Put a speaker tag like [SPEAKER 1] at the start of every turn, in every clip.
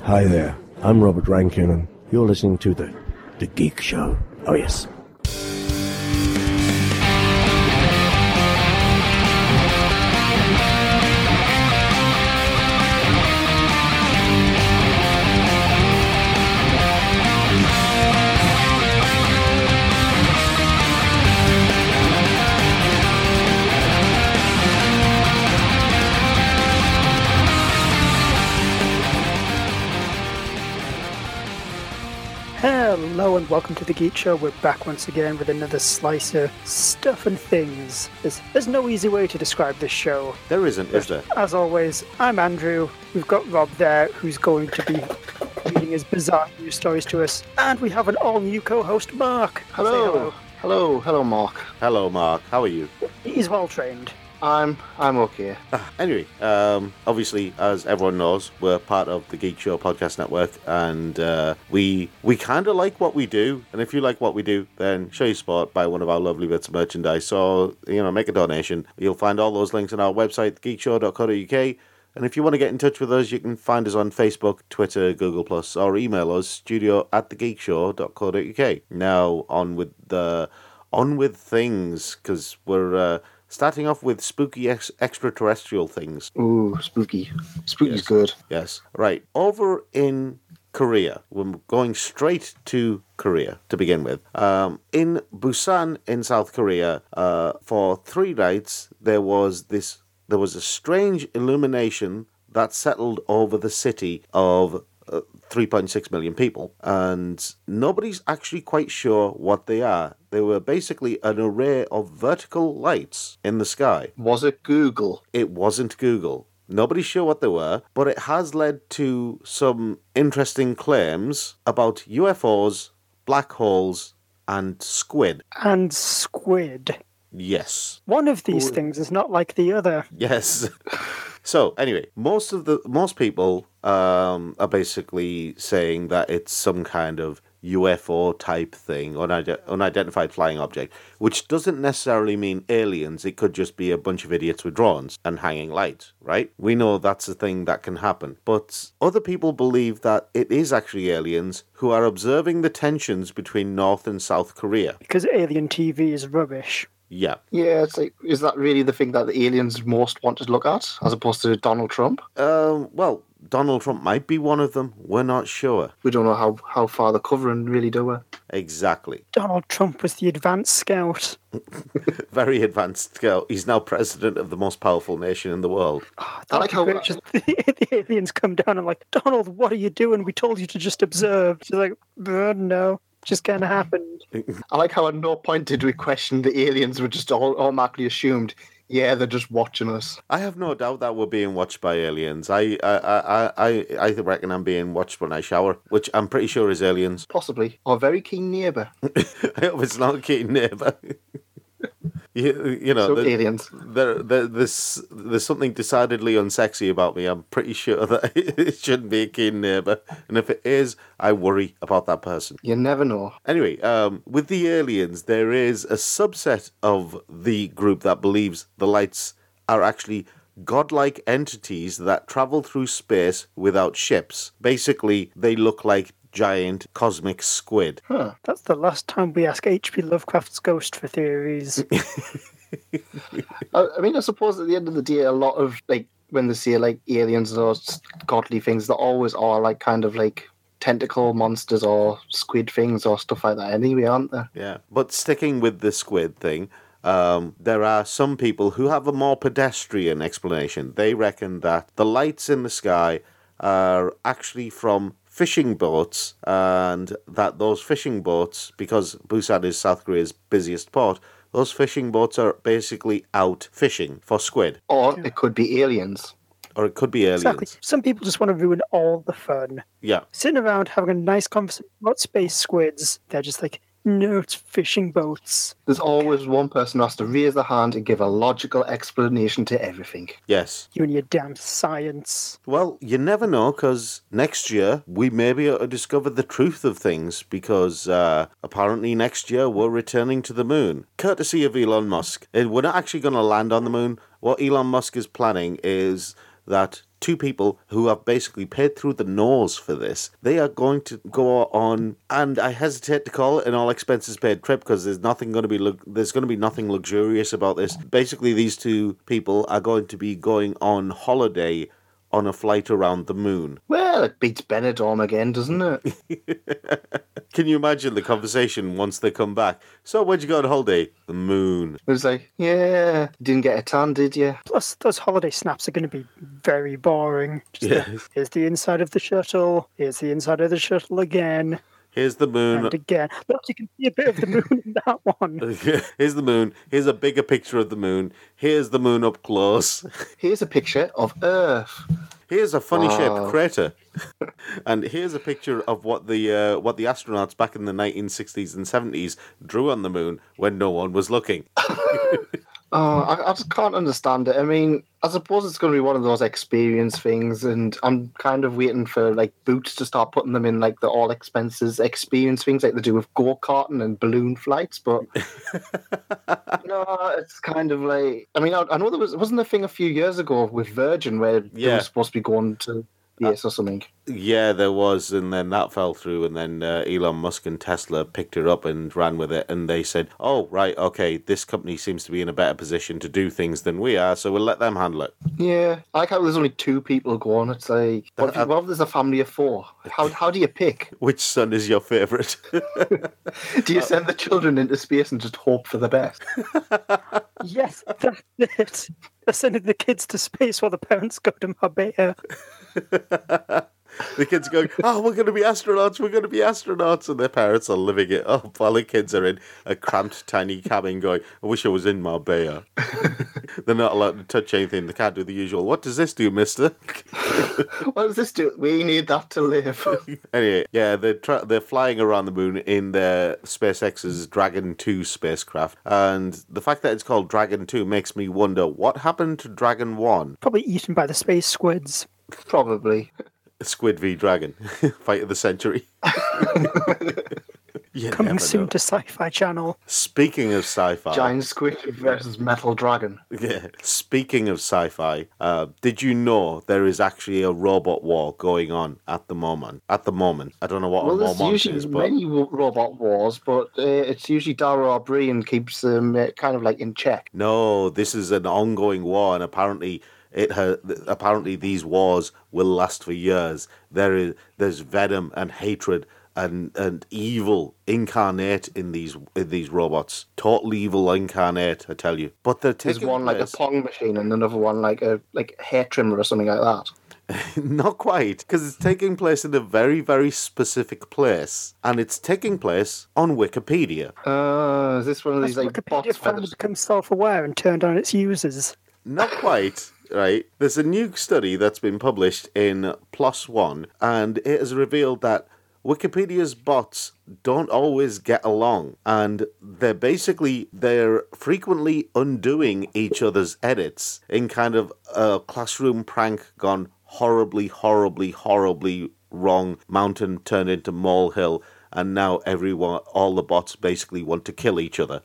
[SPEAKER 1] Hi there. I'm Robert Rankin, and you're listening to the the Geek Show. Oh yes.
[SPEAKER 2] Hello and welcome to the Geek Show. We're back once again with another slice of stuff and things. There's, there's no easy way to describe this show.
[SPEAKER 3] There isn't, is there?
[SPEAKER 2] As always, I'm Andrew. We've got Rob there, who's going to be reading his bizarre news stories to us, and we have an all-new co-host, Mark. Say
[SPEAKER 4] Hello. Hello, hello, Mark.
[SPEAKER 3] Hello, Mark. How are you?
[SPEAKER 2] He's well trained.
[SPEAKER 4] I'm I'm okay.
[SPEAKER 3] Anyway, um, obviously, as everyone knows, we're part of the Geek Show Podcast Network, and uh, we we kind of like what we do. And if you like what we do, then show your support by one of our lovely bits of merchandise. So you know, make a donation. You'll find all those links on our website, geekshow.co.uk. And if you want to get in touch with us, you can find us on Facebook, Twitter, Google Plus, or email us studio at thegeekshow.co.uk. Now on with the on with things because we're uh, starting off with spooky ex- extraterrestrial things.
[SPEAKER 4] Ooh, spooky. Spooky's
[SPEAKER 3] Yes.
[SPEAKER 4] good.
[SPEAKER 3] Yes. Right. Over in Korea, we're going straight to Korea to begin with. Um, in Busan, in South Korea, uh, for three nights there was this. There was a strange illumination that settled over the city of uh, 3.6 million people, and nobody's actually quite sure what they are. They were basically an array of vertical lights in the sky
[SPEAKER 4] Was it Google?
[SPEAKER 3] it wasn't Google. Nobody's sure what they were, but it has led to some interesting claims about UFOs, black holes, and squid.
[SPEAKER 2] And squid.
[SPEAKER 3] Yes.
[SPEAKER 2] One of these things is not like the other.
[SPEAKER 3] Yes. So anyway, most of the most people um, are basically saying that it's some kind of UFO type thing, unide- unidentified flying object, which doesn't necessarily mean aliens. It could just be a bunch of idiots with drones and hanging lights, right? We know that's a thing that can happen, but other people believe that it is actually aliens who are observing the tensions between North and South Korea.
[SPEAKER 2] Because alien TV is rubbish.
[SPEAKER 3] Yeah.
[SPEAKER 4] Yeah, it's like is that really the thing that the aliens most want to look at, as opposed to Donald Trump?
[SPEAKER 3] Um, well, Donald Trump might be one of them. We're not sure.
[SPEAKER 4] We don't know how, how far they're covering really, do we?
[SPEAKER 3] Exactly.
[SPEAKER 2] Donald Trump was the advanced scout.
[SPEAKER 3] Very advanced girl. He's now president of the most powerful nation in the world.
[SPEAKER 4] I like how uh,
[SPEAKER 2] Just- the, the aliens come down and like, Donald, what are you doing? We told you to just observe. She's like, "Uh, no, just kind of
[SPEAKER 4] Mm-hmm.
[SPEAKER 2] happened.
[SPEAKER 4] I like how at no point did we question the aliens were just all automatically assumed, yeah, they're just watching us.
[SPEAKER 3] I have no doubt that we're being watched by aliens. I I, I, I, I reckon I'm being watched when I shower, which I'm pretty sure is aliens.
[SPEAKER 4] Possibly. Our very keen neighbour.
[SPEAKER 3] I hope it's not a keen neighbour. you, you know,
[SPEAKER 4] so
[SPEAKER 3] there-
[SPEAKER 4] aliens.
[SPEAKER 3] there, there, there's, there's something decidedly unsexy about me. I'm pretty sure that it shouldn't be a keen neighbour. And if it is, I worry about that person.
[SPEAKER 4] You never know.
[SPEAKER 3] Anyway, um, with the aliens, there is a subset of the group that believes the lights are actually godlike entities that travel through space without ships. Basically, they look like giant cosmic squid.
[SPEAKER 2] That's the last time we ask H.P. Lovecraft's ghost for theories.
[SPEAKER 4] I, I mean, I suppose at the end of the day, a lot of like when they say like aliens or s- godly things, they always are like kind of like tentacle monsters or squid things or stuff like that. Anyway, aren't they?
[SPEAKER 3] Yeah. But sticking with the squid thing, um, there are some people who have a more pedestrian explanation. They reckon that the lights in the sky are actually from fishing boats, and that those fishing boats, because Busan is South Korea's busiest port, those fishing boats are basically out fishing for squid,
[SPEAKER 4] Or it could be aliens.
[SPEAKER 3] or it could be aliens.
[SPEAKER 2] exactly. Some people just want to ruin all the fun.
[SPEAKER 3] Yeah.
[SPEAKER 2] Sitting around having a nice conversation about space squids, they're just like, no, it's fishing boats.
[SPEAKER 4] There's always one person who has to raise their hand and give a logical explanation to everything.
[SPEAKER 3] Yes.
[SPEAKER 2] You and your damn science.
[SPEAKER 3] Well, you never know, because next year we may be able to discover the truth of things, because uh, apparently next year we're returning to the moon, Uh, courtesy of Elon Musk. And we're not actually going to land on the moon. What Elon Musk is planning is that two people who have basically paid through the nose for this, they are going to go on, and I hesitate to call it an all expenses paid trip because there's nothing going to be lu- there's going to be nothing luxurious about this. Basically, these two people are going to be going on holiday on a flight around the moon.
[SPEAKER 4] Well, it beats Benidorm again, doesn't it?
[SPEAKER 3] Can you imagine the conversation once they come back? So, where'd you go on holiday? The moon.
[SPEAKER 4] It was like, yeah, didn't get a tan, did you?
[SPEAKER 2] Plus, those holiday snaps are going to be very boring. Just the-
[SPEAKER 3] Yeah.
[SPEAKER 2] here's the inside of the shuttle. Here's the inside of the shuttle again
[SPEAKER 3] Here's the moon.
[SPEAKER 2] and again. Look, you can see a bit of the moon in that one.
[SPEAKER 3] Here's the moon. Here's a bigger picture of the moon. Here's the moon up close.
[SPEAKER 4] Here's a picture of Earth.
[SPEAKER 3] Here's a funny shaped
[SPEAKER 4] Wow.
[SPEAKER 3] crater, and here's a picture of what the uh, what the astronauts back in the 1960s and 70s drew on the moon when no one was looking.
[SPEAKER 4] Oh, I, I just can't understand it. I mean, I suppose it's going to be one of those experience things, and I'm kind of waiting for like Boots to start putting them in like the all expenses experience things like they do with go karting and balloon flights. But no, it's kind of like I mean, I, I know there was wasn't a thing a few years ago with Virgin where they
[SPEAKER 3] Yeah.
[SPEAKER 4] were supposed to be going to yes or something.
[SPEAKER 3] Yeah, there was, and then that fell through, and then uh, Elon Musk and Tesla picked her up and ran with it, and they said, "Oh, right, okay, this company seems to be in a better position to do things than we are, so we'll let them handle it."
[SPEAKER 4] Yeah, I like how there's only two people going. It's like what if, you, what if there's a family of four? How how do you pick?
[SPEAKER 3] Which son is your favorite?
[SPEAKER 4] Do you send the children into space and just hope for the best?
[SPEAKER 2] Yes, that's it. They're sending the kids to space while the parents go to Marbella.
[SPEAKER 3] The kids going, oh, we're going to be astronauts, we're going to be astronauts. And their parents are living it up while the kids are in a cramped, tiny cabin going, I wish I was in Marbella. They're not allowed to touch anything. They can't do the usual, what does this do, mister?
[SPEAKER 4] What does this do? We need that to live.
[SPEAKER 3] anyway, yeah, they're, tra- they're flying around the moon in their SpaceX's Dragon 2 spacecraft. And the fact that it's called Dragon 2 makes me wonder what happened to Dragon 1?
[SPEAKER 2] Probably eaten by the space squids.
[SPEAKER 4] Probably.
[SPEAKER 3] Squid v Dragon, fight of the century. You
[SPEAKER 2] Coming
[SPEAKER 3] never
[SPEAKER 2] soon
[SPEAKER 3] know.
[SPEAKER 2] to Sci Fi Channel.
[SPEAKER 3] Speaking of sci-fi,
[SPEAKER 4] Giant squid versus metal dragon.
[SPEAKER 3] yeah. Speaking of sci-fi, uh, did you know there is actually a robot war going on at the moment? At the moment, I don't know what
[SPEAKER 4] Well,
[SPEAKER 3] a
[SPEAKER 4] there's
[SPEAKER 3] moment
[SPEAKER 4] usually
[SPEAKER 3] is, but
[SPEAKER 4] many ro- robot wars, but uh, it's usually Dara O'Brien keeps them uh, kind of like in check.
[SPEAKER 3] no, this is an ongoing war, and apparently. It ha- th- apparently these wars will last for years. There is there's venom and hatred and, and evil incarnate in these in these robots. Total evil incarnate, I tell you. But they're
[SPEAKER 4] There's
[SPEAKER 3] taking
[SPEAKER 4] one like a
[SPEAKER 3] place-
[SPEAKER 4] pong machine and another one like a like a hair trimmer or something like that.
[SPEAKER 3] Not quite, because it's taking place in a very, very specific place, and it's taking place on Wikipedia.
[SPEAKER 4] Uh, is this one of
[SPEAKER 2] Has
[SPEAKER 4] these like
[SPEAKER 2] Wikipedia
[SPEAKER 4] bots?
[SPEAKER 2] finally
[SPEAKER 4] feathers?
[SPEAKER 2] become self aware and turned on its users?
[SPEAKER 3] Not quite, right? There's a new study that's been published in Plus One, and it has revealed that Wikipedia's bots don't always get along, and they're basically they're frequently undoing each other's edits in kind of a classroom prank gone horribly, horribly, horribly wrong. Mountain turned into molehill. And now everyone, all the bots basically want to kill each other.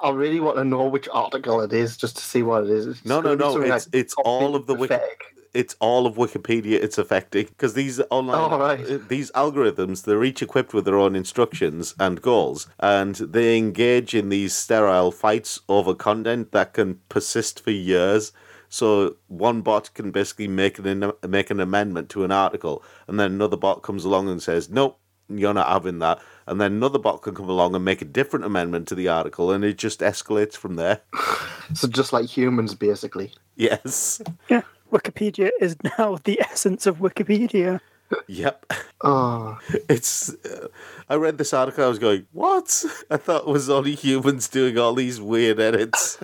[SPEAKER 4] I really want to know which article it is just to see what it is. It's
[SPEAKER 3] No, no,
[SPEAKER 4] gonna be
[SPEAKER 3] no,
[SPEAKER 4] something,
[SPEAKER 3] it's-
[SPEAKER 4] like,
[SPEAKER 3] it's all of the Wiki-
[SPEAKER 4] pathetic.
[SPEAKER 3] it's all of Wikipedia it's affecting because these online uh,
[SPEAKER 4] Oh, right.
[SPEAKER 3] these algorithms they're each equipped with their own instructions and goals, and they engage in these sterile fights over content that can persist for years. So one bot can basically make an make an amendment to an article, and then another bot comes along and says, "Nope, you're not having that." And then another bot can come along and make a different amendment to the article, and it just escalates from there.
[SPEAKER 4] So just like humans, basically.
[SPEAKER 3] Yes.
[SPEAKER 2] Yeah. Wikipedia is now the essence of Wikipedia.
[SPEAKER 3] Yep.
[SPEAKER 4] Oh,
[SPEAKER 3] It's. Uh, I read this article. I was going, "What?" I thought it was only humans doing all these weird edits.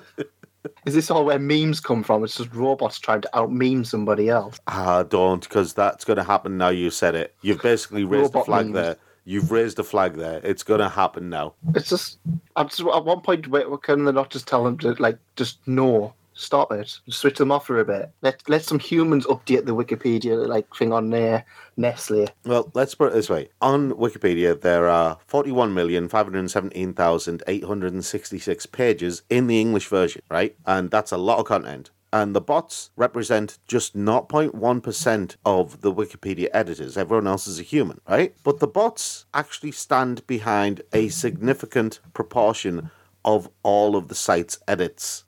[SPEAKER 4] is this all where memes come from? It's just robots trying to out meme somebody else.
[SPEAKER 3] ah, don't, because that's going to happen now. You said it. You've basically raised a
[SPEAKER 4] Robot
[SPEAKER 3] flag
[SPEAKER 4] memes.
[SPEAKER 3] there. You've raised a flag there. It's going to happen now.
[SPEAKER 4] It's just, I'm just at one point, wait, can they not just tell them to like just no, stop it, switch them off for a bit? Let let some humans update the Wikipedia like thing on their Nestle.
[SPEAKER 3] Well, let's put it this way: on Wikipedia, there are forty-one million five hundred seventeen thousand eight hundred sixty-six pages in the English version, right? And that's a lot of content. and the bots represent just 0.1% of the Wikipedia editors. Everyone else is a human, right? But the bots actually stand behind a significant proportion of all of the site's edits.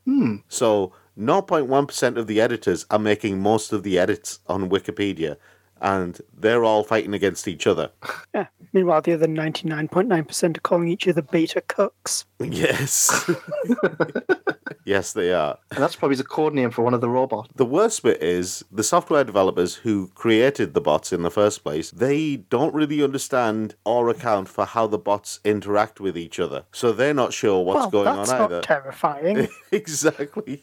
[SPEAKER 3] So 0.1% of the editors are making most of the edits on Wikipedia, and they're all fighting against each other.
[SPEAKER 2] Yeah. Meanwhile, the other 99.9% are calling each other beta cucks.
[SPEAKER 3] Yes. yes, they are.
[SPEAKER 4] And that's probably the code name for one of the robots.
[SPEAKER 3] The worst bit is the software developers who created the bots in the first place, they don't really understand or account for how the bots interact with each other. So they're not sure what's
[SPEAKER 2] well,
[SPEAKER 3] going
[SPEAKER 2] that's
[SPEAKER 3] on
[SPEAKER 2] not
[SPEAKER 3] either.
[SPEAKER 2] terrifying.
[SPEAKER 3] exactly.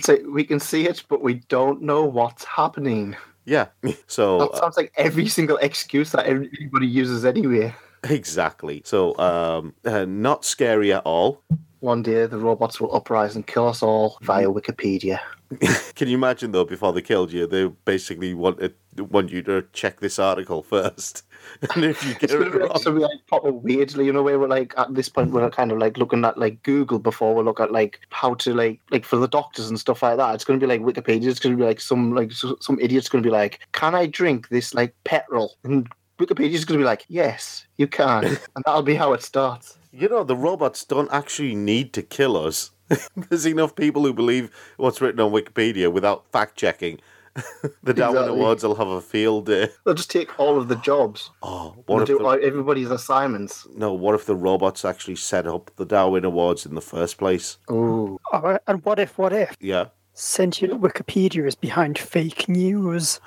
[SPEAKER 4] So we can see it, but we don't know what's happening.
[SPEAKER 3] Yeah. So uh,
[SPEAKER 4] That sounds like every single excuse that everybody uses anyway.
[SPEAKER 3] exactly. So um uh, not scary at all.
[SPEAKER 4] One day the robots will uprise and kill us all via Wikipedia.
[SPEAKER 3] Can you imagine though? Before they killed you, they basically wanted want you to check this article first, and if you get
[SPEAKER 4] It's gonna
[SPEAKER 3] it
[SPEAKER 4] be like,
[SPEAKER 3] wrong,
[SPEAKER 4] something like proper weirdly, you know, where we're like at this point we're kind of like looking at like Google before we look at like how to like like for the doctors and stuff like that. It's gonna be like Wikipedia. It's gonna be like some like s- some idiot's gonna be like, can I drink this like petrol? And Wikipedia's gonna be like, yes, you can, and that'll be how it starts.
[SPEAKER 3] you know the robots don't actually need to kill us. There's enough people who believe what's written on Wikipedia without fact checking. the Darwin
[SPEAKER 4] Exactly.
[SPEAKER 3] Awards will have a field day.
[SPEAKER 4] They'll just take all of the jobs.
[SPEAKER 3] Oh,
[SPEAKER 4] They'll
[SPEAKER 3] what if
[SPEAKER 4] do
[SPEAKER 3] the,
[SPEAKER 4] all- everybody's assignments.
[SPEAKER 3] no? What if the robots actually set up the Darwin Awards in the first place?
[SPEAKER 4] Ooh,
[SPEAKER 2] Oh, and what if, what if?
[SPEAKER 3] Yeah,
[SPEAKER 2] Sentient Wikipedia is behind fake news.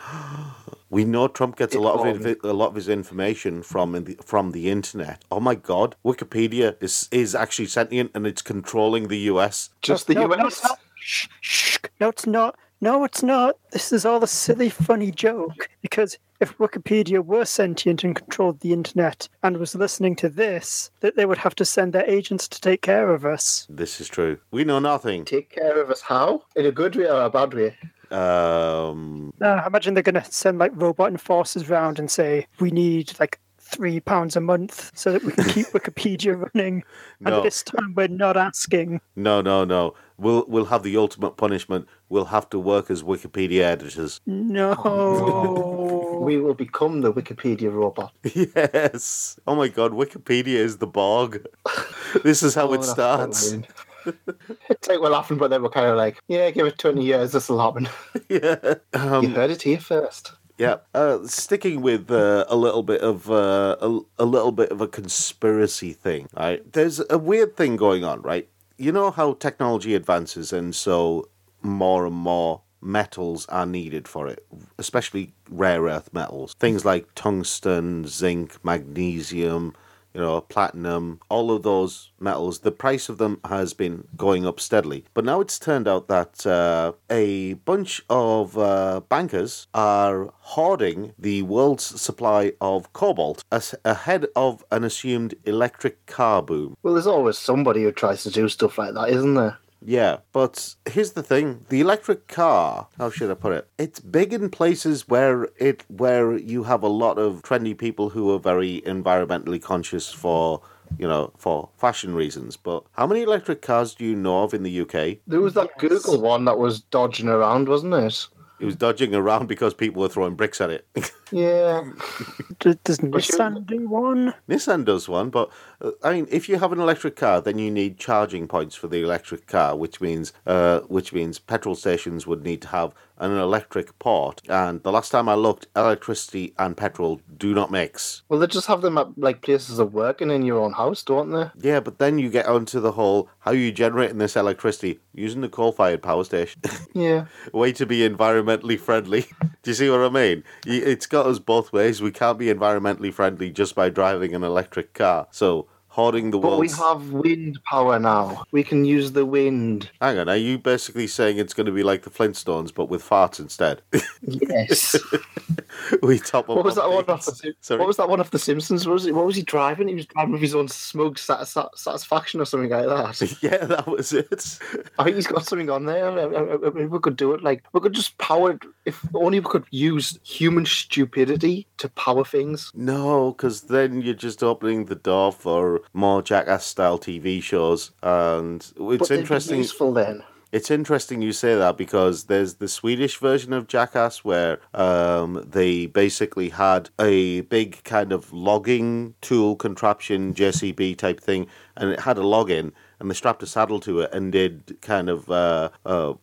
[SPEAKER 3] We know Trump gets a
[SPEAKER 4] It
[SPEAKER 3] lot of
[SPEAKER 4] bombed.
[SPEAKER 3] inf- a lot of his information from in the, from the internet. Oh my God, Wikipedia is is actually sentient and it's controlling the U.S.
[SPEAKER 4] just the
[SPEAKER 2] no, No,
[SPEAKER 4] US.
[SPEAKER 2] it's not. Shh, shh. No, it's not. No, it's not. This is all a silly, funny joke. Because if Wikipedia were sentient and controlled the internet and was listening to this, that they would have to send their agents to take care of us.
[SPEAKER 3] This is true. We know nothing.
[SPEAKER 4] Take care of us how? In a good way or a bad way?
[SPEAKER 3] Um,
[SPEAKER 2] No, I imagine they're going to send like robot enforcers round and say we need like three pounds a month so that we can keep Wikipedia running.
[SPEAKER 3] No.
[SPEAKER 2] And this time we're not asking.
[SPEAKER 3] no, no, no. We'll we'll have the ultimate punishment. We'll have to work as Wikipedia editors.
[SPEAKER 2] No.
[SPEAKER 4] We will become the Wikipedia robot.
[SPEAKER 3] yes. Oh my God, Wikipedia is the bog. this is how
[SPEAKER 4] Oh,
[SPEAKER 3] it
[SPEAKER 4] that's
[SPEAKER 3] starts.
[SPEAKER 4] quite lame. it's like we're laughing, but then we're kind of like, yeah, give it 20 years, this will happen.
[SPEAKER 3] yeah. Um,
[SPEAKER 4] you heard it here first.
[SPEAKER 3] Yeah, uh, sticking with uh, a little bit of uh, a, a little bit of a conspiracy thing. Right, there's a weird thing going on. Right, you know how technology advances, and so more and more metals are needed for it, especially rare earth metals, things like tungsten, zinc, magnesium. You know, platinum, all of those metals, the price of them has been going up steadily. But now it's turned out that uh, a bunch of uh, bankers are hoarding the world's supply of cobalt as- ahead of an assumed electric car boom.
[SPEAKER 4] Well, there's always somebody who tries to do stuff like that, isn't there?
[SPEAKER 3] Yeah, but here's the thing: the electric car. How should I put it? It's big in places where it where you have a lot of trendy people who are very environmentally conscious for you know for fashion reasons. But how many electric cars do you know of in the UK?
[SPEAKER 4] There was that
[SPEAKER 2] Yes.
[SPEAKER 4] Google one that was dodging around, wasn't it?
[SPEAKER 3] It was dodging around because people were throwing bricks at it.
[SPEAKER 4] Yeah.
[SPEAKER 2] D- does
[SPEAKER 4] But you-
[SPEAKER 2] Nissan do one?
[SPEAKER 3] Nissan does one, but uh, I mean, if you have an electric car, then you need charging points for the electric car, which means, uh, which means petrol stations would need to have an electric port. And the last time I looked, electricity and petrol do not mix.
[SPEAKER 4] Well, they just have them at like places of work and in your own house, don't they?
[SPEAKER 3] Yeah, but then you get onto the whole how you generating this electricity using the coal-fired power station.
[SPEAKER 4] Yeah.
[SPEAKER 3] Way to be environmentally friendly. Do you see what I mean? Y- It's got us both ways. We can't be environmentally friendly just by driving an electric car. So. Hoarding the
[SPEAKER 4] But we
[SPEAKER 3] world's
[SPEAKER 4] have wind power now. We can use the wind.
[SPEAKER 3] Hang on, are you basically saying it's going to be like the Flintstones but with farts instead?
[SPEAKER 4] Yes.
[SPEAKER 3] we top up.
[SPEAKER 4] what was
[SPEAKER 3] on
[SPEAKER 4] that one off
[SPEAKER 3] things.
[SPEAKER 4] the Sim-
[SPEAKER 3] Sorry.
[SPEAKER 4] What was that one off the Simpsons? What was it? What was he driving? He was driving with his own smug sat- sat- satisfaction or something like that.
[SPEAKER 3] yeah, that was it.
[SPEAKER 4] I think he's got something on there. I, I, I- I mean, we could do it. Like we could just power. it. If only we could use human stupidity to power things.
[SPEAKER 3] No, because then you're just opening the door for more jackass style TV shows, and it's
[SPEAKER 4] But they'd be
[SPEAKER 3] interesting.
[SPEAKER 4] Useful then.
[SPEAKER 3] It's interesting you say that because there's the Swedish version of Jackass where um, they basically had a big kind of logging tool contraption, JCB type thing, and it had a login. And they strapped a saddle to it and did kind of, uh, uh,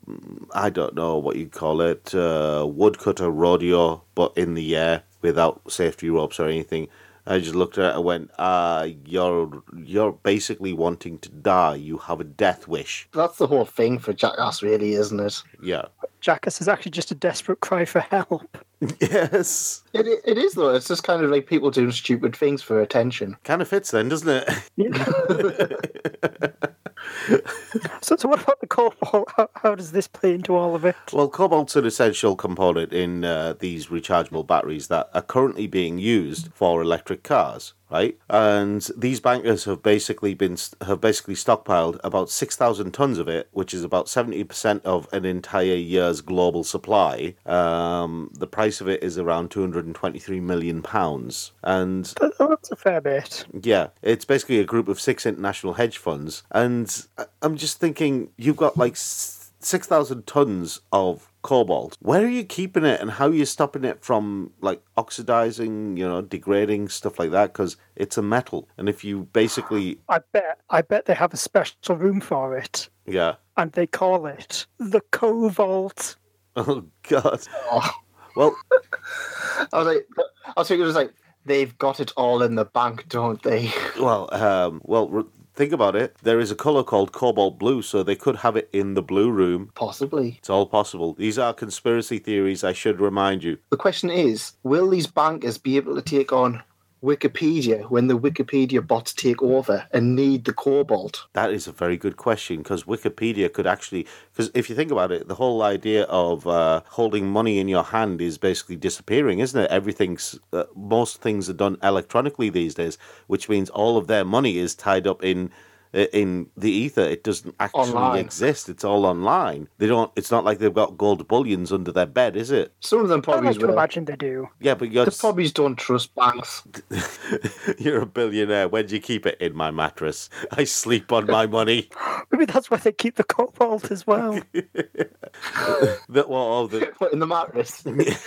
[SPEAKER 3] I don't know what you call it, uh, woodcutter rodeo, but in the air without safety ropes or anything. I just looked at it and went, uh, you're you're basically wanting to die. You have a death wish.
[SPEAKER 4] That's the whole thing for Jackass, really, isn't it?
[SPEAKER 3] Yeah.
[SPEAKER 2] Jackass is actually just a desperate cry for help.
[SPEAKER 3] Yes.
[SPEAKER 4] It, it, it is, though. It's just kind of like people doing stupid things for attention.
[SPEAKER 3] Kind of fits then, doesn't it?
[SPEAKER 2] so, so what about the cobalt? How, how does this play into all of it?
[SPEAKER 3] Well, cobalt's an essential component in uh, these rechargeable batteries that are currently being used for electric cars, right? And these bankers have basically been have basically stockpiled about six thousand tons of it, which is about seventy percent of an entire year's global supply. Um, the price of it is around two hundred and twenty three million pounds, and
[SPEAKER 2] That- That's a fair bit.
[SPEAKER 3] yeah, it's basically a group of six international hedge funds, and I- I'm just thinking you've got like s- six thousand tons of cobalt. Where are you keeping it, and how are you stopping it from like oxidizing, you know, degrading stuff like that? Because it's a metal, and if you basically,
[SPEAKER 2] I bet. I bet they have a special room for it,
[SPEAKER 3] yeah,
[SPEAKER 2] and they call it the Cobalt.
[SPEAKER 3] oh god,
[SPEAKER 4] Oh.
[SPEAKER 3] well,
[SPEAKER 4] I was like, I was thinking, it was like, they've got it all in the bank, don't they?
[SPEAKER 3] well, um, well. re- Think about it. There is a color called cobalt blue, so they could have it in the blue room.
[SPEAKER 4] Possibly.
[SPEAKER 3] It's all possible. These are conspiracy theories, I should remind you.
[SPEAKER 4] The question is, will these bankers be able to take on Wikipedia when the Wikipedia bots take over and need the cobalt?
[SPEAKER 3] That is a very good question because Wikipedia could actually, because if you think about it, the whole idea of uh, holding money in your hand is basically disappearing, isn't it? Everything's, uh, most things are done electronically these days, which means all of their money is tied up in uh, in the ether it doesn't actually
[SPEAKER 4] Online.
[SPEAKER 3] exist it's all online they don't it's not like they've got gold bullions under their bed is it
[SPEAKER 4] Some of them
[SPEAKER 2] I
[SPEAKER 4] probably
[SPEAKER 2] like to
[SPEAKER 4] Oh, will.
[SPEAKER 2] imagine they do.
[SPEAKER 3] yeah but you're,
[SPEAKER 4] They probably don't trust banks.
[SPEAKER 3] you're a billionaire where do you keep it in my mattress i sleep on my money
[SPEAKER 2] Maybe that's why they keep the cobalt as well.
[SPEAKER 3] that well all the,
[SPEAKER 4] Put in the mattress. the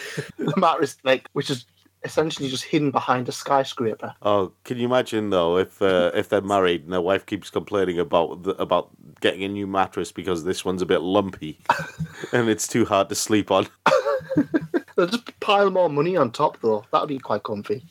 [SPEAKER 4] mattress, like, which is essentially just hidden behind a skyscraper.
[SPEAKER 3] Oh, can you imagine though if uh, if they're married and their wife keeps complaining about the, about getting a new mattress because this one's a bit lumpy and it's too hard to sleep on?
[SPEAKER 4] They'll just pile more money on top, though. That'll be quite comfy.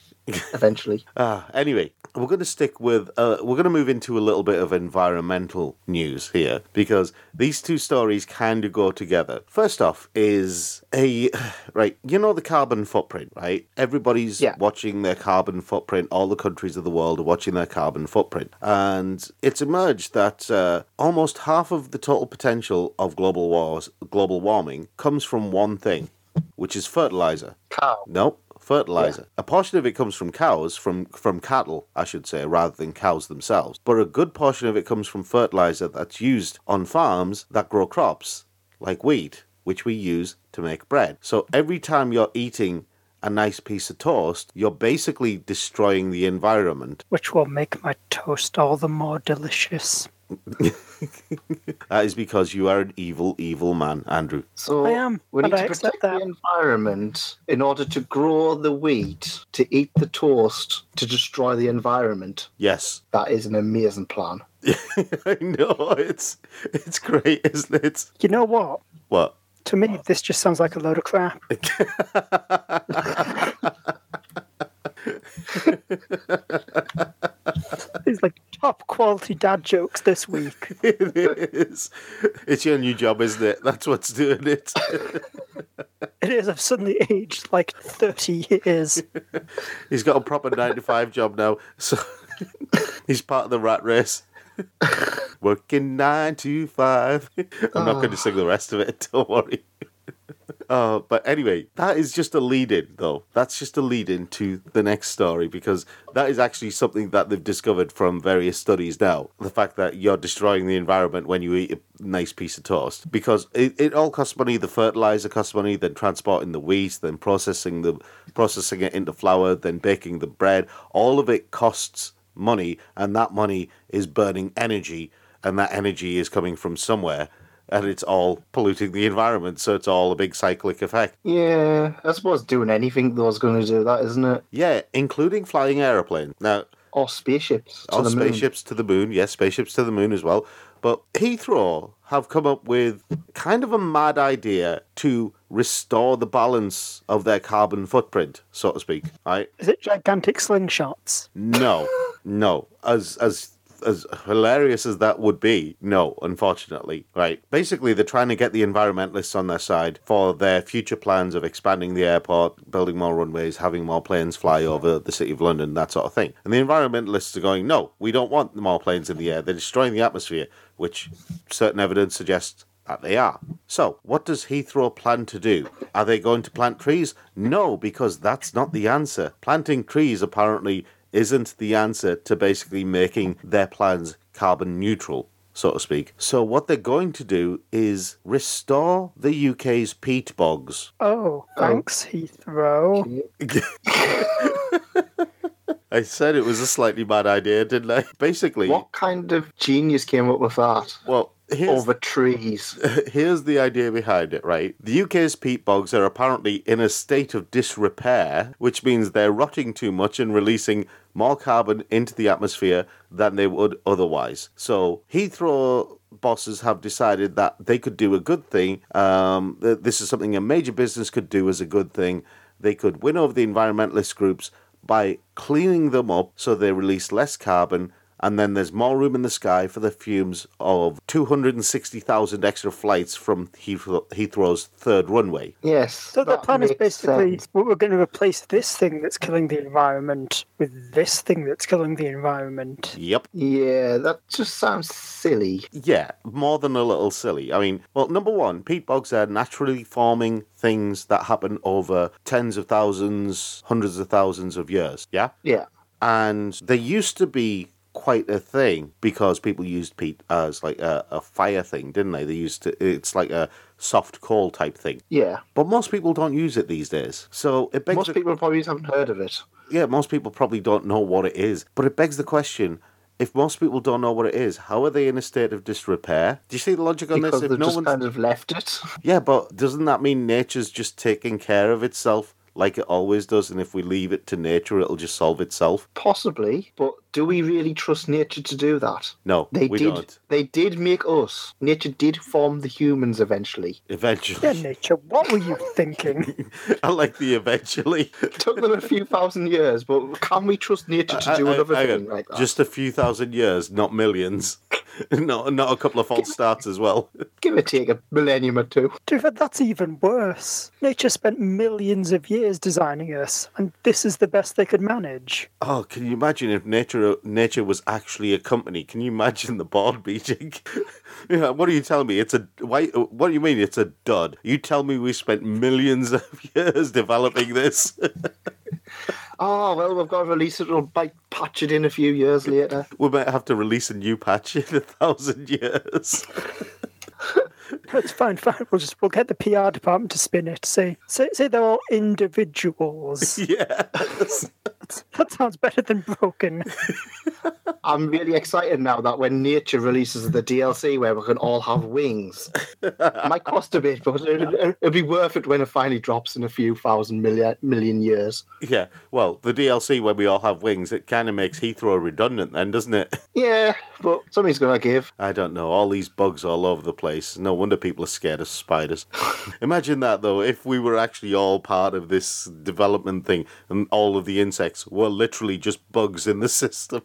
[SPEAKER 4] Eventually,
[SPEAKER 3] Ah, anyway, we're going to stick with uh, we're going to move into a little bit of environmental news here because these two stories kind of go together. First off is a right, you know the carbon footprint, right? Everybody's
[SPEAKER 4] Yeah.
[SPEAKER 3] watching their carbon footprint. All the countries of the world are watching their carbon footprint, and it's emerged that uh, almost half of the total potential of global wars, global warming, comes from one thing, which is fertilizer.
[SPEAKER 4] cow.
[SPEAKER 3] Nope. Fertilizer. A portion of it comes from cows, from from cattle, I should say, rather than cows themselves. But a good portion of it comes from fertilizer that's used on farms that grow crops, like wheat, which we use to make bread. So every time you're eating a nice piece of toast, you're basically destroying the environment.
[SPEAKER 2] Which will make my toast all the more delicious.
[SPEAKER 3] That is because you are an evil, evil man, Andrew.
[SPEAKER 4] So
[SPEAKER 2] I am,
[SPEAKER 4] We need
[SPEAKER 2] and I
[SPEAKER 4] to
[SPEAKER 2] accept
[SPEAKER 4] protect
[SPEAKER 2] that.
[SPEAKER 4] the environment in order to grow the wheat, to eat the toast, to destroy the environment.
[SPEAKER 3] Yes.
[SPEAKER 4] That is an amazing plan.
[SPEAKER 3] I know. It's it's great, isn't it?
[SPEAKER 2] You know what?
[SPEAKER 3] What?
[SPEAKER 2] To me, this just sounds like a load of crap. These like top quality dad jokes this week.
[SPEAKER 3] it is. It's your new job, isn't it? That's what's doing it.
[SPEAKER 2] It is. I've suddenly aged like thirty years.
[SPEAKER 3] He's got a proper nine to five job now, so he's part of the rat race. Working nine to five. I'm not going to sing the rest of it. Don't worry. Uh, but anyway, that is just a lead in, though. That's just a lead in to the next story because that is actually something that they've discovered from various studies now. The fact that you're destroying the environment when you eat a nice piece of toast because it, it all costs money. The fertilizer costs money, then transporting the wheat, then processing the processing it into flour, then baking the bread. All of it costs money, and that money is burning energy, and that energy is coming from somewhere and it's all polluting the environment. So it's all a big cyclic effect.
[SPEAKER 4] Yeah, I suppose doing anything though is going to do that, isn't it?
[SPEAKER 3] Yeah, including flying aeroplanes. Now,
[SPEAKER 4] Or spaceships. To
[SPEAKER 3] oh,
[SPEAKER 4] the moon.
[SPEAKER 3] spaceships to the moon. Yes, spaceships to the moon as well. But Heathrow have come up with kind of a mad idea to restore the balance of their carbon footprint, so to speak. Right?
[SPEAKER 2] Is it gigantic slingshots?
[SPEAKER 3] No, no. As as as hilarious as that would be, no, unfortunately. Right. Basically, they're trying to get the environmentalists on their side for their future plans of expanding the airport, building more runways, having more planes fly over the city of London, that sort of thing. And the environmentalists are going, no, we don't want more planes in the air. They're destroying the atmosphere, which certain evidence suggests that they are. So, what does Heathrow plan to do? Are they going to plant trees? No, because that's not the answer. Planting trees apparently isn't the answer to basically making their plans carbon neutral. So to speak. So, what they're going to do is restore the UK's peat bogs.
[SPEAKER 2] Oh, thanks, Heathrow.
[SPEAKER 3] I said it was a slightly bad idea, didn't I? Basically,
[SPEAKER 4] What kind of genius came up with that?
[SPEAKER 3] well, here's,
[SPEAKER 4] Over trees.
[SPEAKER 3] here's the idea behind it, right? The UK's peat bogs are apparently in a state of disrepair, which means they're rotting too much and releasing more carbon into the atmosphere than they would otherwise. So Heathrow bosses have decided that they could do a good thing. Um, th- this is something a major business could do as a good thing. They could win over the environmentalist groups by cleaning them up so they release less carbon and then there's more room in the sky for the fumes of 260,000 extra flights from Heathrow, Heathrow's third runway.
[SPEAKER 4] Yes.
[SPEAKER 2] So the
[SPEAKER 4] that
[SPEAKER 2] plan is
[SPEAKER 4] makes
[SPEAKER 2] basically
[SPEAKER 4] sense.
[SPEAKER 2] well, we're going to replace this thing that's killing the environment with this thing that's killing the environment.
[SPEAKER 3] Yep.
[SPEAKER 4] Yeah, that just sounds silly.
[SPEAKER 3] Yeah, more than a little silly. I mean, well, number one, peat bogs are naturally forming things that happen over tens of thousands, hundreds of thousands of years. Yeah?
[SPEAKER 4] Yeah.
[SPEAKER 3] and they used to be quite a thing because people used peat as like a, a fire thing, didn't they? They used to, it's like a soft coal type thing,
[SPEAKER 4] Yeah.
[SPEAKER 3] but most people don't use it these days. So it begs
[SPEAKER 4] Most
[SPEAKER 3] the-
[SPEAKER 4] people probably haven't heard of it.
[SPEAKER 3] yeah, most people probably don't know what it is, but it begs the question. If most people don't know what it is, how are they in a state of disrepair? Do you see the logic on this?
[SPEAKER 4] Because they've
[SPEAKER 3] If no
[SPEAKER 4] just
[SPEAKER 3] one's
[SPEAKER 4] kind of left it.
[SPEAKER 3] yeah, but doesn't that mean nature's just taking care of itself like it always does? And if we leave it to nature, it'll just solve itself.
[SPEAKER 4] Possibly. But do we really trust nature to do that?
[SPEAKER 3] No,
[SPEAKER 4] They
[SPEAKER 3] we
[SPEAKER 4] did
[SPEAKER 3] don't.
[SPEAKER 4] they did make us. Nature did form the humans eventually.
[SPEAKER 3] Eventually,
[SPEAKER 2] Yeah, nature, what were you thinking?
[SPEAKER 3] I like the eventually.
[SPEAKER 4] It took them a few thousand years, but can we trust nature to do
[SPEAKER 3] I- I-
[SPEAKER 4] another
[SPEAKER 3] Uh, hang
[SPEAKER 4] thing
[SPEAKER 3] on.
[SPEAKER 4] like that?
[SPEAKER 3] Just a few thousand years, not millions. not not a couple of false starts as well.
[SPEAKER 4] give or take a millennium or two.
[SPEAKER 2] Dude, but that's even worse. Nature spent millions of years designing us, and this is the best they could manage.
[SPEAKER 3] Oh, can you imagine if nature nature was actually a company? Can you imagine the board meeting? yeah, what are you telling me? It's a why? What do you mean it's a dud? You tell me we spent millions of years developing this.
[SPEAKER 4] Oh well, we've got to release it. We'll like patch it in a few years later.
[SPEAKER 3] we might have to release a new patch in a thousand years.
[SPEAKER 2] It's fine, fine. We'll just we'll get the PR department to spin it. Say say, say they're all individuals.
[SPEAKER 3] yes.
[SPEAKER 2] that sounds better than broken.
[SPEAKER 4] I'm really excited now that when nature releases the DLC where we can all have wings, it might cost a bit, but it'll, it'll be worth it when it finally drops in a few thousand million million years.
[SPEAKER 3] Yeah, well, the DLC when we all have wings, it kind of makes Heathrow redundant, then, doesn't it?
[SPEAKER 4] Yeah, but something's gonna give.
[SPEAKER 3] I don't know. All these bugs all over the place. No wonder people are scared of spiders. Imagine that though. If we were actually all part of this development thing, and all of the insects were literally just bugs in the system.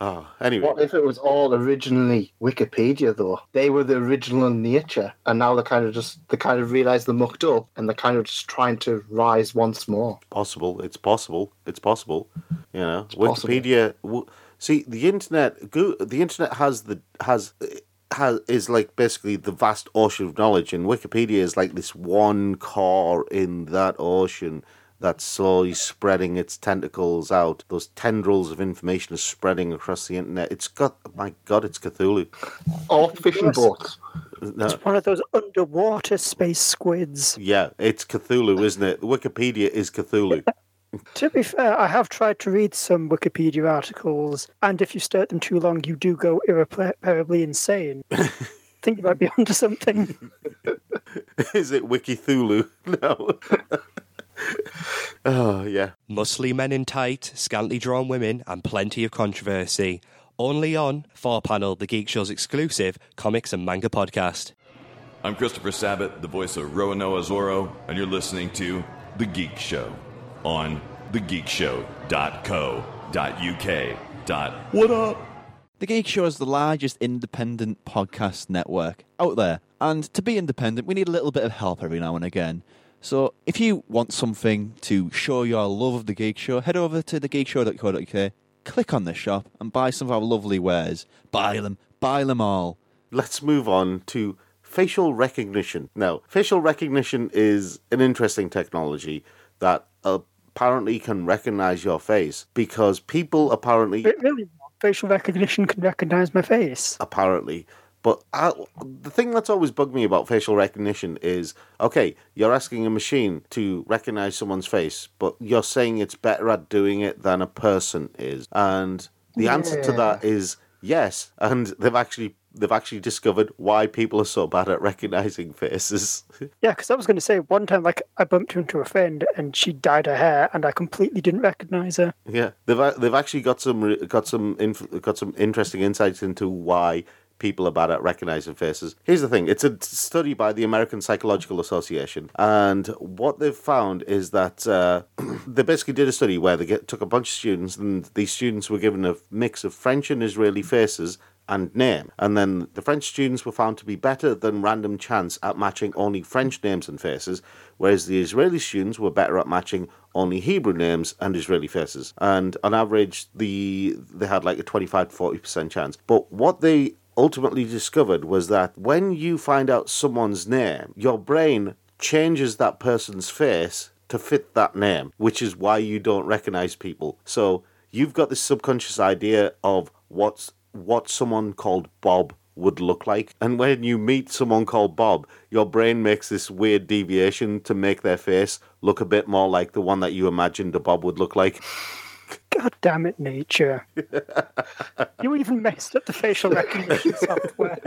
[SPEAKER 3] oh, anyway,
[SPEAKER 4] What if it was all originally Wikipedia though? They were the original nature, and now they're kind of just they kind of realise they mucked up, and they're kind of just trying to rise once more.
[SPEAKER 3] possible. It's possible. It's possible. You know,
[SPEAKER 4] possible.
[SPEAKER 3] Wikipedia. W- see, the internet. Go- the internet has the has. Has, is like basically the vast ocean of knowledge, and Wikipedia is like this one core in that ocean that's slowly spreading its tentacles out. Those tendrils of information are spreading across the internet. It's got, my God, it's Cthulhu.
[SPEAKER 4] Or fishing
[SPEAKER 2] Yes.
[SPEAKER 4] boats.
[SPEAKER 3] No,
[SPEAKER 2] One of those underwater space squids.
[SPEAKER 3] yeah, it's Cthulhu, isn't it? Wikipedia is Cthulhu.
[SPEAKER 2] To be fair, I have tried to read some Wikipedia articles, and if you stare at them too long, you do go irreparably insane. think you might be onto something.
[SPEAKER 3] Is it Wiki Thulu? No. oh, yeah.
[SPEAKER 5] Muscly men in tight, scantily drawn women, and plenty of controversy. Only on Four Panel, the Geek Show's exclusive comics and manga podcast.
[SPEAKER 6] I'm Christopher Sabat, the voice of Roanoa Zorro, and you're listening to The Geek Show on thegeekshow.co.uk. What up?
[SPEAKER 7] The Geek Show is the largest independent podcast network out there, and to be independent, we need a little bit of help every now and again. So, if you want something to show your love of the Geek Show, head over to thegeekshow.co.uk, click on the shop, and buy some of our lovely wares. Buy them, buy them all.
[SPEAKER 3] let's move on to facial recognition. Now, facial recognition is an interesting technology that apparently can recognize your face because people apparently
[SPEAKER 2] It really, facial recognition can recognize my face.
[SPEAKER 3] apparently. But I, the thing that's always bugged me about facial recognition is okay, you're asking a machine to recognize someone's face, but you're saying it's better at doing it than a person is. And the answer to that is yes. And they've actually they've actually discovered why people are so bad at recognizing faces.
[SPEAKER 2] Yeah, because I was going to say one time, like I bumped into a friend and she dyed her hair, and I completely didn't recognize her.
[SPEAKER 3] Yeah, they've a- they've actually got some re- got some inf- got some interesting insights into why people are bad at recognizing faces. Here's the thing: it's a study by the American Psychological Association, and what they've found is that uh, they basically did a study where they get, took a bunch of students, and these students were given a mix of French and Israeli faces. And name, and then the French students were found to be better than random chance at matching only French names and faces, whereas the Israeli students were better at matching only Hebrew names and Israeli faces. And on average, the they had like a 25 to 40% chance. But what they ultimately discovered was that when you find out someone's name, your brain changes that person's face to fit that name, which is why you don't recognize people. So you've got this subconscious idea of what's what someone called Bob would look like. And when you meet someone called Bob, your brain makes this weird deviation to make their face look a bit more like the one that you imagined a Bob would look like.
[SPEAKER 2] God damn it, nature! you even messed up the facial recognition software.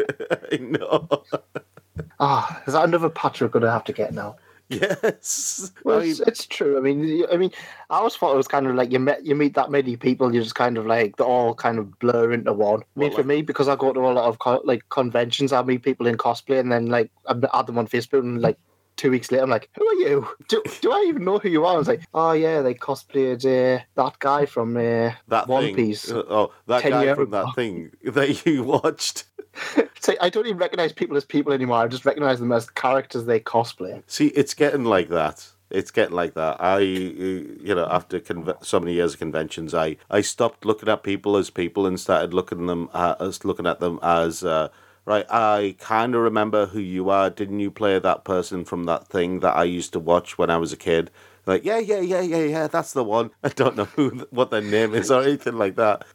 [SPEAKER 3] I know.
[SPEAKER 4] Ah, is that another patch we're going to have to get now?
[SPEAKER 3] Yes.
[SPEAKER 4] Well,
[SPEAKER 3] I mean,
[SPEAKER 4] it's, it's true. I mean, you- I mean, I always thought it was kind of like you met you meet that many people, you're just kind of like they all kind of blur into one. I mean,
[SPEAKER 3] Well,
[SPEAKER 4] for me, because I go to a lot of co- like conventions, I meet people in cosplay, and then like I add them on Facebook, and like two weeks later, I'm like, who are you? Do, do I even know who you are? I was like, oh yeah, they cosplayed uh, that guy from uh,
[SPEAKER 3] that
[SPEAKER 4] One
[SPEAKER 3] thing.
[SPEAKER 4] Piece.
[SPEAKER 3] Oh, that
[SPEAKER 4] 10
[SPEAKER 3] guy
[SPEAKER 4] year
[SPEAKER 3] from that
[SPEAKER 4] old.
[SPEAKER 3] thing that you watched.
[SPEAKER 4] So I don't even recognize people as people anymore. I just recognize them as characters they cosplay.
[SPEAKER 3] See, it's getting like that. It's getting like that. I, uh, you know, after conve- so many years of conventions, I, I stopped looking at people as people and started looking them at, us looking at them as uh, right. I kind of remember who you are. Didn't you play that person from that thing that I used to watch when I was a kid? Like, yeah, yeah, yeah, yeah, yeah. That's the one. I don't know who th- what their name is or anything like that.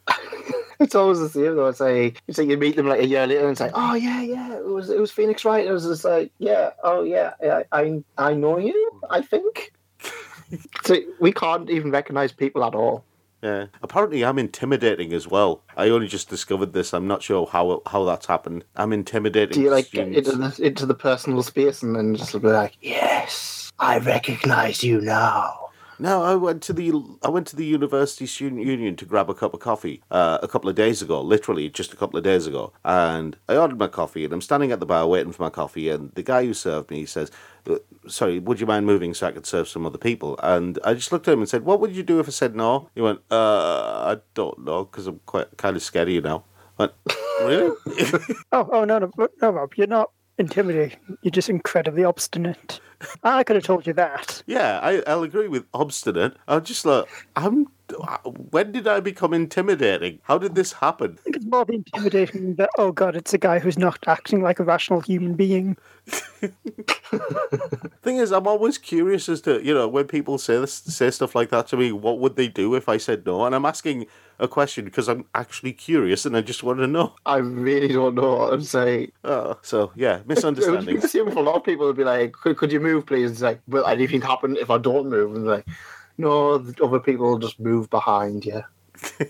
[SPEAKER 4] It's always the same though. It's like it's like you meet them like a year later and it's like, oh yeah, yeah, it was it was Phoenix Wright. It was just like, yeah, oh yeah, yeah, I I know you. I think. so we can't even recognize people at all.
[SPEAKER 3] Yeah. Apparently, I'm intimidating as well. I only just discovered this. I'm not sure how how that's happened. I'm intimidating.
[SPEAKER 4] Do you like get
[SPEAKER 3] students.
[SPEAKER 4] into the, into the personal space and then just be like, yes, I recognize you now.
[SPEAKER 3] No, I went to the I went to the university student union to grab a cup of coffee uh, a couple of days ago, literally just a couple of days ago, and I ordered my coffee, and I'm standing at the bar waiting for my coffee, and the guy who served me says, "Uh, "Sorry, would you mind moving so I could serve some other people?" And I just looked at him and said, "What would you do if I said no?" He went, "Uh, I don't know, because I'm quite kind of scared of you now." I went, really?
[SPEAKER 2] Oh, oh no, no, no, Rob, you're not intimidating. You're just incredibly obstinate. I could have told you that.
[SPEAKER 3] Yeah, I, I'll agree with obstinate. I'm just like, I'm. uh, When did I become intimidating? How did this happen?
[SPEAKER 2] I think it's more the intimidating that oh god, it's a guy who's not acting like a rational human being.
[SPEAKER 3] Thing is, I'm always curious as to you know when people say this, say stuff like that to me, what would they do if I said no? And I'm asking a question because I'm actually curious and I just want to know.
[SPEAKER 4] I really don't know what I'm saying.
[SPEAKER 3] Uh, so yeah,
[SPEAKER 4] It would be
[SPEAKER 3] misunderstandings.
[SPEAKER 4] assumed for a lot of people would be like, could, could you move, please? It's like, will anything happen if I don't move? And like, no, the other people will just move behind you.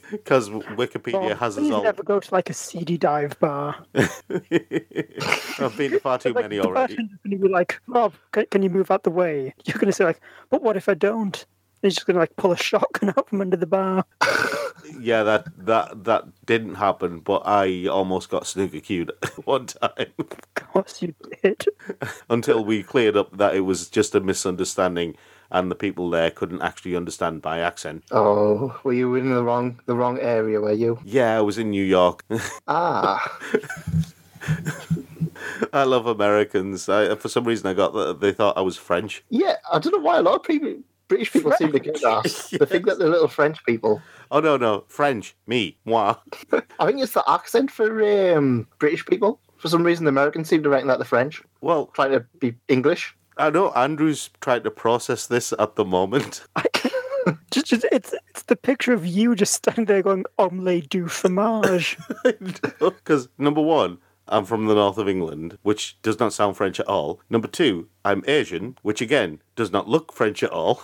[SPEAKER 3] because Wikipedia
[SPEAKER 2] Bob,
[SPEAKER 3] has us
[SPEAKER 2] please
[SPEAKER 3] all.
[SPEAKER 2] never go to like a seedy dive bar.
[SPEAKER 3] I've been to far too
[SPEAKER 2] Like,
[SPEAKER 3] many
[SPEAKER 2] the
[SPEAKER 3] already.
[SPEAKER 2] bartender's going to be like, Rob, can, can you move out the way? You're going to say like, but what if I don't? And he's just going to like pull a shotgun out from under the bar.
[SPEAKER 3] Yeah, that that that didn't happen, but I almost got snooker cued one time
[SPEAKER 2] Of course you did.
[SPEAKER 3] until we cleared up that it was just a misunderstanding and the people there couldn't actually understand my accent.
[SPEAKER 4] Oh, were you in the wrong the wrong area? Were you?
[SPEAKER 3] Yeah, I was in New York.
[SPEAKER 4] Ah,
[SPEAKER 3] I love Americans. I, for some reason, I got that they thought I was French.
[SPEAKER 4] yeah. I don't know why a lot of people, British people seem to get that. They think that they're little French people.
[SPEAKER 3] Oh no, no, French, me, moi.
[SPEAKER 4] I think it's the accent for um, British people. For some reason, the Americans seem to reckon that the French
[SPEAKER 3] Well,
[SPEAKER 4] trying to be English.
[SPEAKER 3] I know Andrew's trying to process this at the moment.
[SPEAKER 2] Just, just it's it's the picture of you just standing there going omelette du fromage.
[SPEAKER 3] Because number one, I'm from the north of England, which does not sound French at all. Number two, I'm Asian, which again does not look French at all.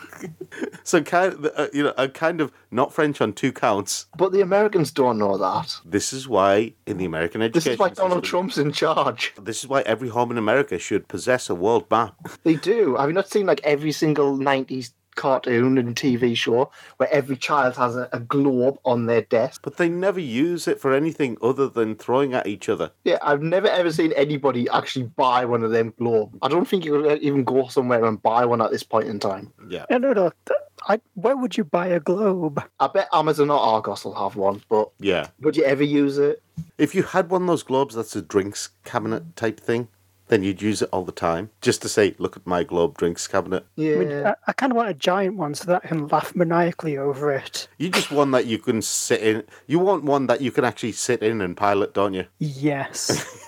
[SPEAKER 3] so kind, of, uh, you know, I'm kind of not French on two counts.
[SPEAKER 4] But the Americans don't know that.
[SPEAKER 3] This is why in the American
[SPEAKER 4] This
[SPEAKER 3] education,
[SPEAKER 4] is why Donald
[SPEAKER 3] system-
[SPEAKER 4] Trump's in charge.
[SPEAKER 3] This is why every home in America should possess a world map.
[SPEAKER 4] They do. Have you not seen like every single '90s cartoon and TV show where every child has a, a globe on their desk?
[SPEAKER 3] But they never use it for anything other than throwing at each other.
[SPEAKER 4] Yeah, I've never ever seen anybody actually buy one of them globe. I don't think you could even go somewhere and buy one at this point in time.
[SPEAKER 3] Yeah.
[SPEAKER 2] no, no, no. th- I, where would you buy a globe?
[SPEAKER 4] I bet Amazon or Argos will have one, but
[SPEAKER 3] Yeah.
[SPEAKER 4] would you ever use it?
[SPEAKER 3] If you had one of those globes that's a drinks cabinet type thing, then you'd use it all the time just to say, look at my globe drinks cabinet.
[SPEAKER 4] Yeah.
[SPEAKER 2] I mean, I, I kind of want a giant one so that I can laugh maniacally over it.
[SPEAKER 3] You just want that you can sit in. You want one that you can actually sit in and pilot, don't you?
[SPEAKER 2] Yes.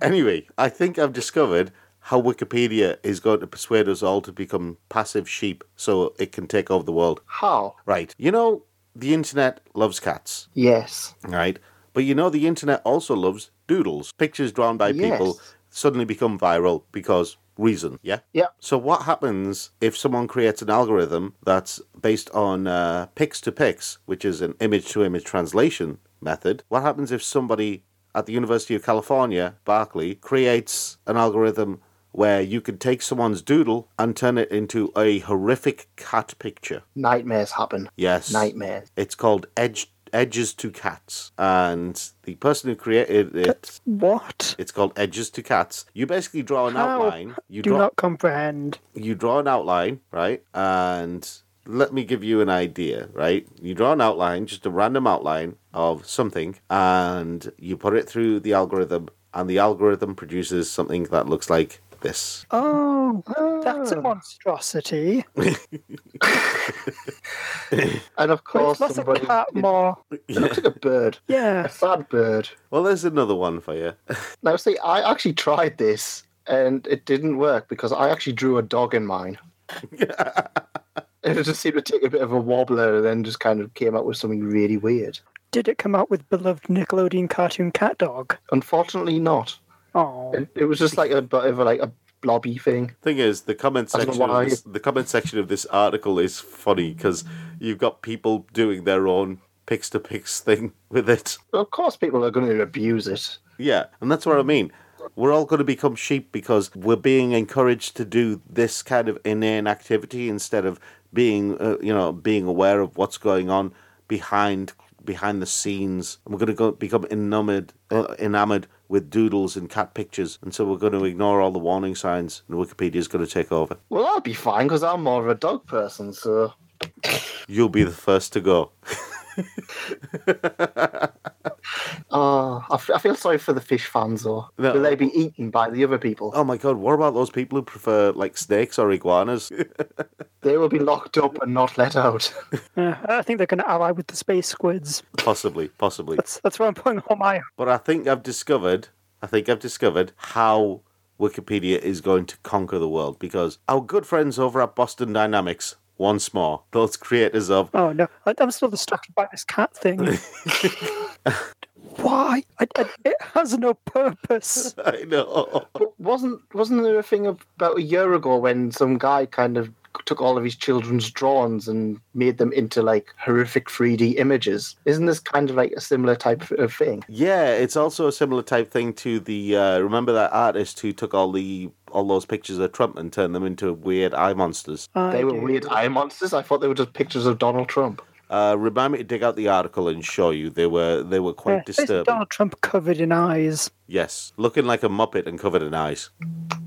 [SPEAKER 3] Anyway, I think I've discovered how Wikipedia is going to persuade us all to become passive sheep so it can take over the world.
[SPEAKER 4] How?
[SPEAKER 3] Right. You know, the internet loves cats.
[SPEAKER 4] Yes.
[SPEAKER 3] right? But you know, the internet also loves doodles. Pictures drawn by
[SPEAKER 4] Yes.
[SPEAKER 3] people suddenly become viral because reason, yeah?
[SPEAKER 4] Yeah.
[SPEAKER 3] So, what happens if someone creates an algorithm that's based on uh, pics to pics, which is an image to image translation method? What happens if somebody at the University of California, Berkeley, creates an algorithm where you can take someone's doodle and turn it into a horrific cat picture?
[SPEAKER 4] Nightmares happen.
[SPEAKER 3] Yes.
[SPEAKER 4] Nightmares.
[SPEAKER 3] It's called Edge Edges to Cats, and the person who created it,
[SPEAKER 2] what?
[SPEAKER 3] it's called Edges to Cats. You basically draw an
[SPEAKER 2] How?
[SPEAKER 3] outline. You
[SPEAKER 2] Do
[SPEAKER 3] draw
[SPEAKER 2] not comprehend.
[SPEAKER 3] you draw an outline, right? And let me give you an idea, right? You draw an outline, just a random outline of something, and you put it through the algorithm, and the algorithm produces something that looks like this.
[SPEAKER 2] Oh, that's
[SPEAKER 4] Ah.
[SPEAKER 2] a monstrosity.
[SPEAKER 4] And of
[SPEAKER 2] Well,
[SPEAKER 4] course,
[SPEAKER 2] that's a
[SPEAKER 4] somebody.
[SPEAKER 2] cat more.
[SPEAKER 4] It looks like a bird.
[SPEAKER 2] Yeah.
[SPEAKER 4] A sad bird.
[SPEAKER 3] Well, there's another one for you.
[SPEAKER 4] Now, see, I actually tried this and it didn't work because I actually drew a dog in mine. it just seemed to take a bit of a wobbler and then just kind of came up with something really weird.
[SPEAKER 2] Did it come out with beloved Nickelodeon cartoon cat dog?
[SPEAKER 4] Unfortunately, not.
[SPEAKER 2] Oh,
[SPEAKER 4] It, it was just like a bit of a, like a blobby thing.
[SPEAKER 3] thing is the comment
[SPEAKER 4] I don't know
[SPEAKER 3] section of
[SPEAKER 4] why.
[SPEAKER 3] this, the comment section of this article is funny because you've got people doing their own picks to picks thing with it
[SPEAKER 4] Of course, people are going to abuse it.
[SPEAKER 3] yeah and that's what i mean we're all going to become sheep because we're being encouraged to do this kind of inane activity instead of being uh, you know being aware of what's going on behind behind the scenes and we're going to go, become enamored uh, enamored with doodles and cat pictures and so we're going to ignore all the warning signs and wikipedia is going to take over
[SPEAKER 4] Well, I'll be fine because I'm more of a dog person, so.
[SPEAKER 3] you'll be the first to go
[SPEAKER 4] Oh, I, f- I feel sorry for the fish fans, though.
[SPEAKER 3] No.
[SPEAKER 4] Will they be eaten by the other people?
[SPEAKER 3] Oh my god, what about those people who prefer like snakes or iguanas?
[SPEAKER 4] They will be locked up and not let out.
[SPEAKER 2] yeah, I think they're going to ally with the space squids.
[SPEAKER 3] possibly, possibly.
[SPEAKER 2] That's that's where I'm putting all my.
[SPEAKER 3] But I think I've discovered, I think I've discovered how Wikipedia is going to conquer the world because our good friends over at Boston Dynamics, once more, those creators of
[SPEAKER 2] Oh no, I, I'm still distracted by this cat thing. Why? I, I, it has no purpose.
[SPEAKER 3] I know.
[SPEAKER 4] But wasn't wasn't there a thing ab- about a year ago when some guy kind of Hitchcock took all of his children's drawings and made them into like horrific 3D images. Isn't this kind of like a similar type of thing?
[SPEAKER 3] Yeah, it's also a similar type thing to the uh, remember that artist who took all the all those pictures of Trump and turned them into weird eye monsters.
[SPEAKER 2] I
[SPEAKER 4] They were
[SPEAKER 2] do.
[SPEAKER 4] weird eye monsters. I thought they were just pictures of Donald Trump.
[SPEAKER 3] Uh, remind me to dig out the article and show you. They were they were quite
[SPEAKER 2] Yeah, basically
[SPEAKER 3] disturbing.
[SPEAKER 2] Donald Trump covered in eyes.
[SPEAKER 3] Yes, looking like a muppet and covered in eyes.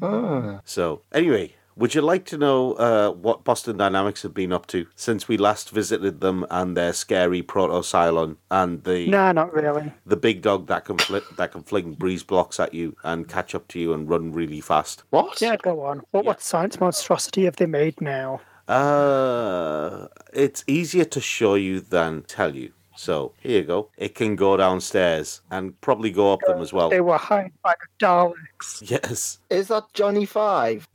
[SPEAKER 4] Ah.
[SPEAKER 3] So anyway, would you like to know uh, what Boston Dynamics have been up to since we last visited them and their scary proto Cylon and the
[SPEAKER 2] Nah, not really.
[SPEAKER 3] the big dog that can fl- that can fling breeze blocks at you and catch up to you and run really fast?
[SPEAKER 4] What?
[SPEAKER 2] Yeah, go on. What what science monstrosity have they made now?
[SPEAKER 3] Uh, it's easier to show you than tell you. So here you go. It can go downstairs and probably go up them as well.
[SPEAKER 2] They were hired by the Daleks.
[SPEAKER 3] Yes.
[SPEAKER 4] Is that Johnny Five?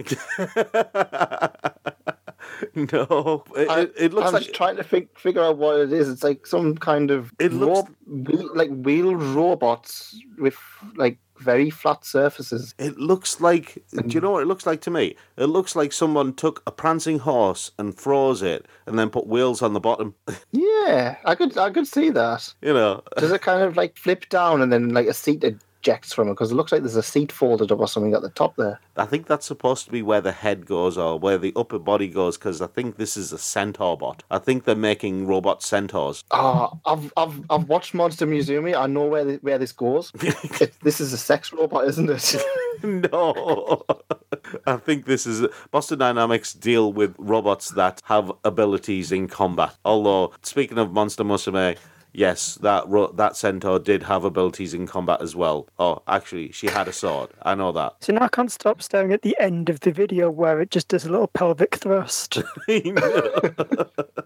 [SPEAKER 3] no. It, it, it looks
[SPEAKER 4] I'm
[SPEAKER 3] like
[SPEAKER 4] just trying to fig- figure out what it is. It's like some kind of
[SPEAKER 3] It looks-
[SPEAKER 4] wheel- like wheeled robots with like very flat surfaces.
[SPEAKER 3] It looks like. Do you know what it looks like to me? It looks like someone took a prancing horse and froze it, and then put wheels on the bottom.
[SPEAKER 4] Yeah, I could I could see that.
[SPEAKER 3] You know,
[SPEAKER 4] Does it kind of like flip down and then like a seat ejects from it? Because it looks like there's a seat folded up or something at the top there.
[SPEAKER 3] I think that's supposed to be where the head goes or where the upper body goes, because I think this is a centaur bot. I think they're making robot centaurs.
[SPEAKER 4] Ah, I've I've I've watched Monster Museum. I know where th- where this goes. it, this is a sex robot, isn't it?
[SPEAKER 3] no, I think this is Boston Dynamics deal with robots that have abilities in combat. Although, speaking of Monster Musume. Yes, that ro- that centaur did have abilities in combat as well. Oh, actually, she had a sword. I know that.
[SPEAKER 2] So now I can't stop staring at the end of the video where it just does a little pelvic thrust.
[SPEAKER 3] I know.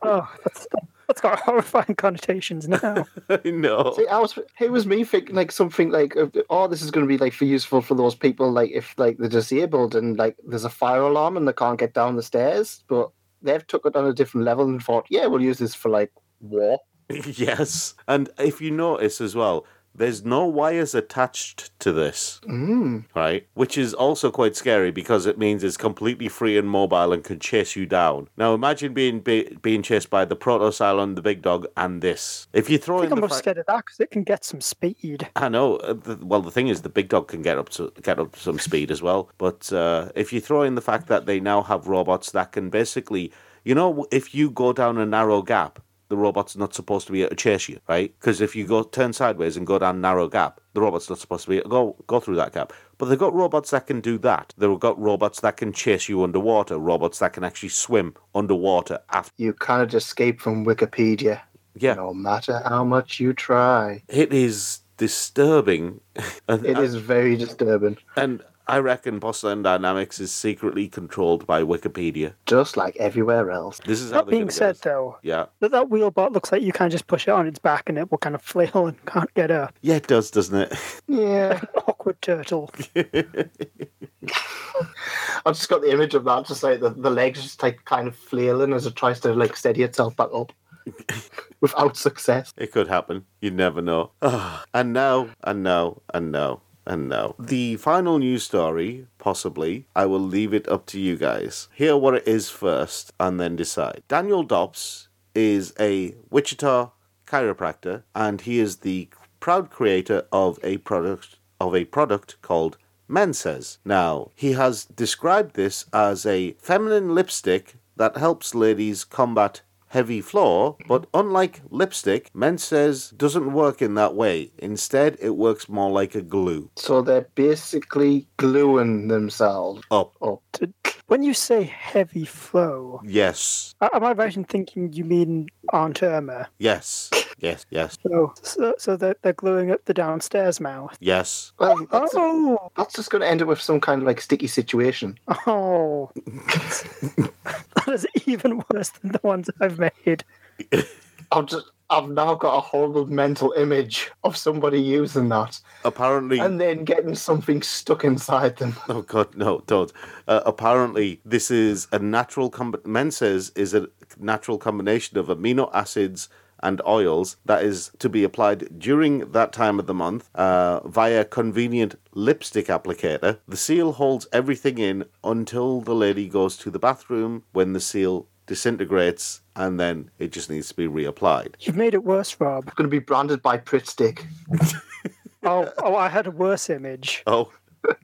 [SPEAKER 2] oh, that's, that's got horrifying connotations now.
[SPEAKER 3] I know.
[SPEAKER 4] See, I was it was me thinking like something like of- oh this is going to be like for useful for those people like if like they're disabled and like there's a fire alarm and they can't get down the stairs, but they've took it on a different level and thought yeah we'll use this for like war.
[SPEAKER 3] Yes. And if you notice as well, there's no wires attached to this,
[SPEAKER 4] Mm.
[SPEAKER 3] right? Which is also quite scary because it means it's completely free and mobile and can chase you down. Now imagine being be, being chased by the Proto Cylon, the big dog, and this. If you
[SPEAKER 2] I
[SPEAKER 3] throw in
[SPEAKER 2] think I'm
[SPEAKER 3] the
[SPEAKER 2] more
[SPEAKER 3] fact-
[SPEAKER 2] scared of that because it can get some speed.
[SPEAKER 3] I know. uh, th- Well, the thing is, the big dog can get up to get up to some speed as well. But uh, if you throw in the fact that they now have robots that can basically, you know, if you go down a narrow gap, the robot's not supposed to be able to chase you, right? Because if you go turn sideways and go down a narrow gap, the robot's not supposed to be able to go go through that gap. But they've got robots that can do that. They've got robots that can chase you underwater. Robots that can actually swim underwater. After
[SPEAKER 4] You can't escape from Wikipedia.
[SPEAKER 3] yeah,
[SPEAKER 4] No matter how much you try,
[SPEAKER 3] it is disturbing. And
[SPEAKER 4] it
[SPEAKER 3] I-
[SPEAKER 4] is very disturbing.
[SPEAKER 3] And I reckon Boston Dynamics is secretly controlled by Wikipedia.
[SPEAKER 4] Just like everywhere else.
[SPEAKER 3] This is how
[SPEAKER 2] That
[SPEAKER 3] they're
[SPEAKER 2] being
[SPEAKER 3] gonna
[SPEAKER 2] said,
[SPEAKER 3] get us.
[SPEAKER 2] though,
[SPEAKER 3] Yeah.
[SPEAKER 2] that that wheelbot looks like you can just push it on its back and it will kind of flail and can't get up.
[SPEAKER 3] Yeah, it does, doesn't it?
[SPEAKER 4] Yeah,
[SPEAKER 2] Awkward turtle.
[SPEAKER 4] I've just got the image of that. Just like the, the legs just like kind of flailing as it tries to like steady itself back up, without success.
[SPEAKER 3] It could happen. You never know. Ah, and now, and now, and now, and now. The final news story, possibly, I will leave it up to you guys. Hear what it is first and then decide. Daniel Dobbs is a Wichita chiropractor and he is the proud creator of a product of a product called Menses. Now, he has described this as a feminine lipstick that helps ladies combat heavy floor, but unlike lipstick, Menses doesn't work in that way. Instead, it works more like a glue.
[SPEAKER 4] So they're basically gluing themselves.
[SPEAKER 3] Up.
[SPEAKER 2] To- When you say heavy flow,
[SPEAKER 3] Yes.
[SPEAKER 2] a- am I right in thinking you mean Aunt Irma?
[SPEAKER 3] Yes. Yes. Yes.
[SPEAKER 2] So, so, so they're, they're gluing up the downstairs mouth.
[SPEAKER 3] Yes.
[SPEAKER 4] Well, that's,
[SPEAKER 2] Oh,
[SPEAKER 4] that's just going to end up with some kind of like sticky situation.
[SPEAKER 2] oh. that is even worse than the ones I've made.
[SPEAKER 4] I've just I've now got a horrible mental image of somebody using that
[SPEAKER 3] Apparently.
[SPEAKER 4] and then getting something stuck inside them.
[SPEAKER 3] Oh God, no, don't. Uh, apparently, this is a natural. Com- Menses is a natural combination of amino acids and oils that is to be applied during that time of the month uh, via convenient lipstick applicator. The seal holds everything in until the lady goes to the bathroom when the seal disintegrates and then it just needs to be reapplied.
[SPEAKER 2] You've made it worse, Rob.
[SPEAKER 4] Going to be branded by Pritt Stick.
[SPEAKER 2] Oh, oh, I had a worse image.
[SPEAKER 3] Oh,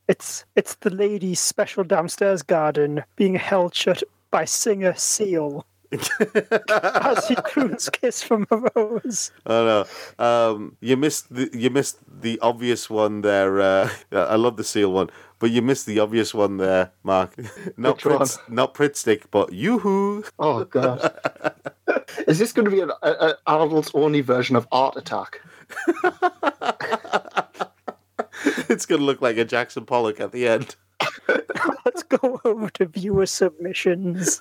[SPEAKER 2] It's it's the lady's special downstairs garden being held shut by singer Seal. As he croons "Kiss from a Rose,"
[SPEAKER 3] Oh no! Um, you missed the you missed the obvious one there. Uh, I love the seal one, but you missed the obvious one there, Mark. Not
[SPEAKER 4] Which one?
[SPEAKER 3] Pritz, not Pritstick, but yoo-hoo.
[SPEAKER 4] Oh god. Is this going to be an a, a adult only version of Art Attack?
[SPEAKER 3] It's gonna look like a Jackson Pollock at the end.
[SPEAKER 2] let's go over to viewer submissions.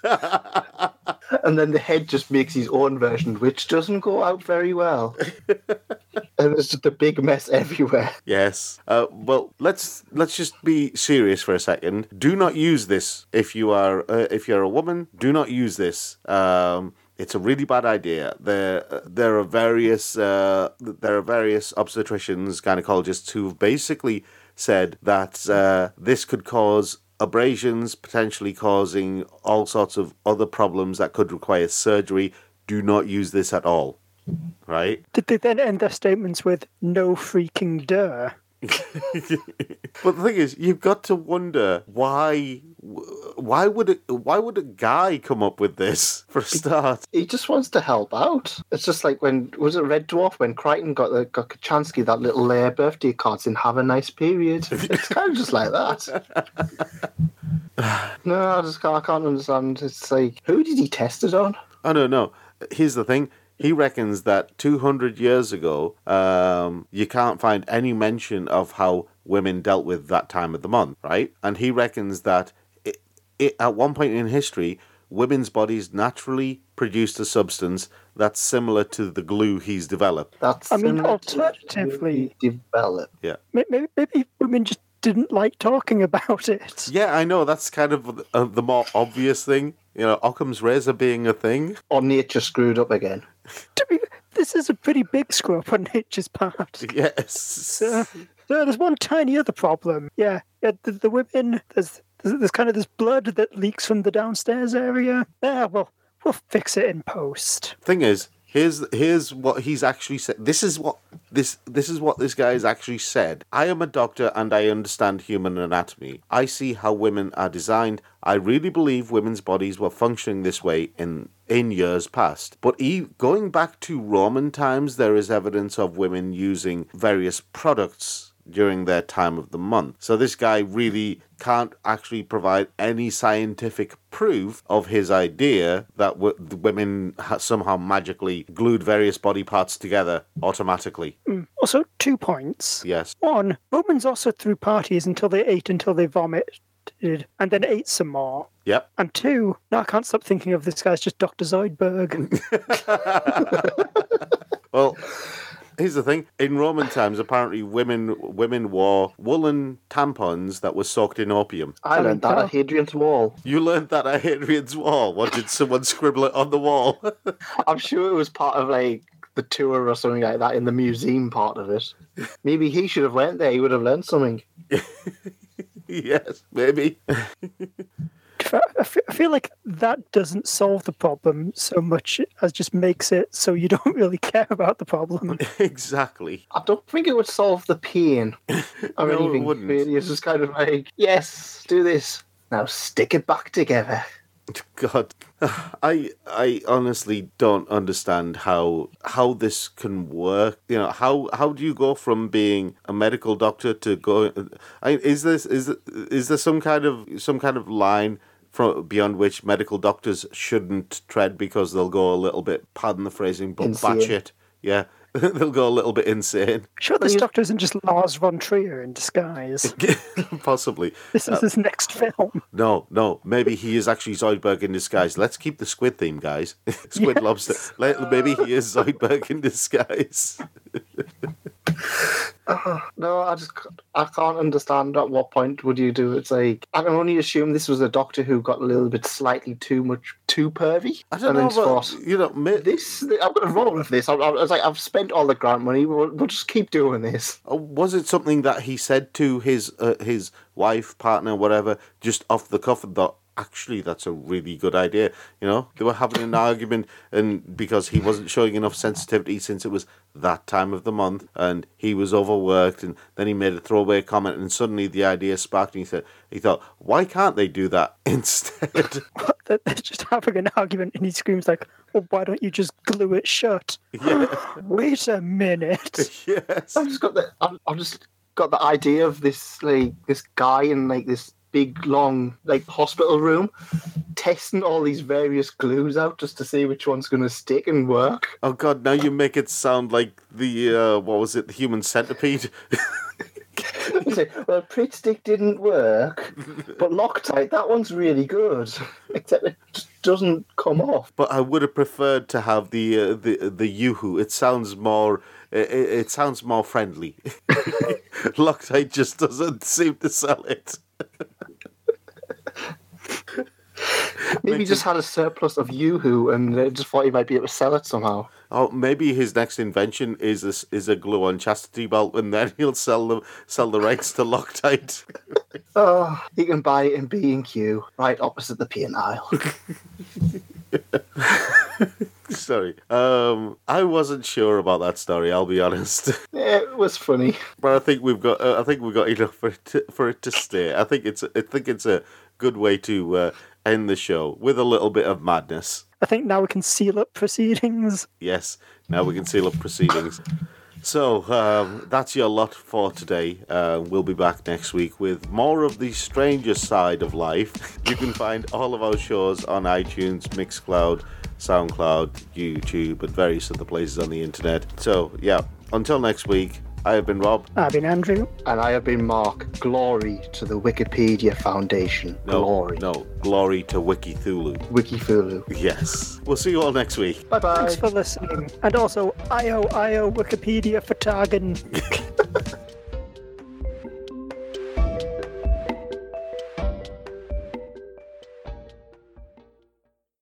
[SPEAKER 4] And then the head just makes his own version, which doesn't go out very well. and it's just a big mess everywhere.
[SPEAKER 3] Yes. Uh, well, let's let's just be serious for a second. Do not use this if you are uh, if you're a woman. Do not use this. Um, it's a really bad idea. There uh, there are various uh, there are various obstetricians gynecologists who've basically said that uh, this could cause abrasions, potentially causing all sorts of other problems that could require surgery. Do not use this at all. Right.
[SPEAKER 2] Did they then end their statements with "No freaking duh"?
[SPEAKER 3] But the thing is, you've got to wonder why. Why would it? Why would a guy come up with this for a start?
[SPEAKER 4] He just wants to help out. It's just like when was it Red Dwarf when Crichton got the, got Kachansky that little uh, birthday card saying "Have a nice period." It's kind of just like that. no, I just can't, I can't understand. It's like who did he test it on?
[SPEAKER 3] Oh no, no. Here's the thing. He reckons that 200 years ago, um, you can't find any mention of how women dealt with that time of the month, right? And he reckons that it, it, at one point in history, women's bodies naturally produced a substance that's similar to the glue he's developed.
[SPEAKER 4] That's
[SPEAKER 2] I mean,
[SPEAKER 4] similar to who
[SPEAKER 2] alternatively-
[SPEAKER 4] he developed.
[SPEAKER 3] Yeah.
[SPEAKER 2] May- Maybe, maybe women just didn't like talking about it.
[SPEAKER 3] Yeah, I know. That's kind of uh, the more obvious thing. You know, Occam's razor being a thing.
[SPEAKER 4] or nature screwed up again.
[SPEAKER 2] To be- this is a pretty big screw up on nature's part.
[SPEAKER 3] Yes.
[SPEAKER 2] So, so Uh, there's one tiny other problem. Yeah, yeah the, the women, there's, there's there's kind of this blood that leaks from the downstairs area. Yeah, well, we'll fix it in post.
[SPEAKER 3] Thing is, here's here's what he's actually said. This is what this this is what this guy has actually said. I am a doctor and I understand human anatomy. I see how women are designed. I really believe women's bodies were functioning this way in in years past. But e- going back to Roman times, there is evidence of women using various products during their time of the month. So this guy really can't actually provide any scientific proof of his idea that w- the women ha- somehow magically glued various body parts together automatically.
[SPEAKER 2] Also, two points.
[SPEAKER 3] Yes.
[SPEAKER 2] One, Romans also threw parties until they ate until they vomited and then ate some more.
[SPEAKER 3] Yep.
[SPEAKER 2] And two, now I can't stop thinking of this guy's just Dr. Zoidberg.
[SPEAKER 3] Well, here's the thing. In Roman times, apparently women women wore woolen tampons that were soaked in opium.
[SPEAKER 4] I learned that
[SPEAKER 2] tell.
[SPEAKER 4] at Hadrian's Wall.
[SPEAKER 3] You learned that at Hadrian's Wall. What did someone scribble it on the wall?
[SPEAKER 4] I'm sure it was part of like the tour or something like that in the museum part of it. Maybe he should have went there. He would have learned something.
[SPEAKER 3] yes, maybe.
[SPEAKER 2] I fe- I feel like that doesn't solve the problem so much as just makes it so you don't really care about the problem.
[SPEAKER 3] exactly.
[SPEAKER 4] I don't think it would solve the pain or
[SPEAKER 3] No, it
[SPEAKER 4] anything.
[SPEAKER 3] wouldn't.
[SPEAKER 4] Really, it's just kind of like, yes, do this now. Stick it back together.
[SPEAKER 3] God, I I honestly don't understand how how this can work. You know how how do you go from being a medical doctor to go? I, is this is is there some kind of some kind of line? From beyond which medical doctors shouldn't tread because they'll go a little bit, pardon the phrasing, but
[SPEAKER 4] Insane.
[SPEAKER 3] batshit. Yeah, they'll go a little bit insane,
[SPEAKER 2] Sure, this
[SPEAKER 4] you-
[SPEAKER 2] doctor isn't just Lars von Trier in disguise.
[SPEAKER 3] possibly.
[SPEAKER 2] This is his next film.
[SPEAKER 3] No, no. Maybe he is actually Zoidberg in disguise. Let's keep the squid theme, guys. squid lobster. Let, maybe he is Zoidberg in disguise.
[SPEAKER 4] No, I just c- I can't understand at what point would you do it? it's like I can only assume this was a doctor who got a little bit slightly too much too pervy.
[SPEAKER 3] I don't
[SPEAKER 4] and
[SPEAKER 3] know,
[SPEAKER 4] then
[SPEAKER 3] but,
[SPEAKER 4] thought,
[SPEAKER 3] you know, ma-
[SPEAKER 4] this I'm gonna roll with this. I, I was like, I've spent all the grant money. We'll, we'll just keep doing this.
[SPEAKER 3] Uh, was it something that he said to his uh, his wife, partner, whatever, just off the cuff and thought, actually, that's a really good idea? You know, they were having an argument, and because he wasn't showing enough sensitivity since it was that time of the month, and he was overworked, and then he made a throwaway comment, and suddenly the idea sparked, and he said, he thought, why can't they do that instead?
[SPEAKER 2] They're they're just having an argument, and he screams like, "Well, why don't you just glue it shut?" Wait a minute.
[SPEAKER 3] yes.
[SPEAKER 4] I've just got the I've, I've just got the idea of this like this guy in like this big long like hospital room testing all these various glues out just to see which one's gonna stick and work.
[SPEAKER 3] Oh God! Now you make it sound like the uh, what was it? The human centipede.
[SPEAKER 4] You say, well, Pritt Stick didn't work, but Loctite, that one's really good. Except it just doesn't come off.
[SPEAKER 3] but I would have preferred to have the uh, the the yoo-hoo. It sounds more it, it sounds more friendly. Loctite just doesn't seem to sell it.
[SPEAKER 4] Maybe he just had a surplus of Yoo-Hoo and uh, just thought he might be able to sell it somehow.
[SPEAKER 3] Oh, maybe his next invention is this is a glue on chastity belt, and then he'll sell the sell the rights to Loctite.
[SPEAKER 4] Oh, he can buy it in B&Q, right opposite the paint aisle.
[SPEAKER 3] Sorry, um, I wasn't sure about that story. I'll be honest.
[SPEAKER 4] it was funny.
[SPEAKER 3] but I think we've got uh, I think we've got enough for it to, for it to stay. I think it's I think it's a good way to uh, end the show with a little bit of madness.
[SPEAKER 2] I think now we can seal up proceedings.
[SPEAKER 3] Yes, now we can seal up proceedings. So um, that's your lot for today. Uh, we'll be back next week with more of the stranger side of life. You can find all of our shows on iTunes, Mixcloud, SoundCloud, YouTube, and various other places on the internet. So yeah, until next week. I have been Rob.
[SPEAKER 2] I've been Andrew.
[SPEAKER 4] And I have been Mark. Glory to the Wikipedia Foundation.
[SPEAKER 3] No,
[SPEAKER 4] Glory.
[SPEAKER 3] no, glory to Wiki Thulu.
[SPEAKER 4] Wikifulu.
[SPEAKER 3] Yes. We'll see you all next week.
[SPEAKER 4] Bye-bye.
[SPEAKER 2] Thanks for listening. And also, IO, IO Wikipedia for tagging.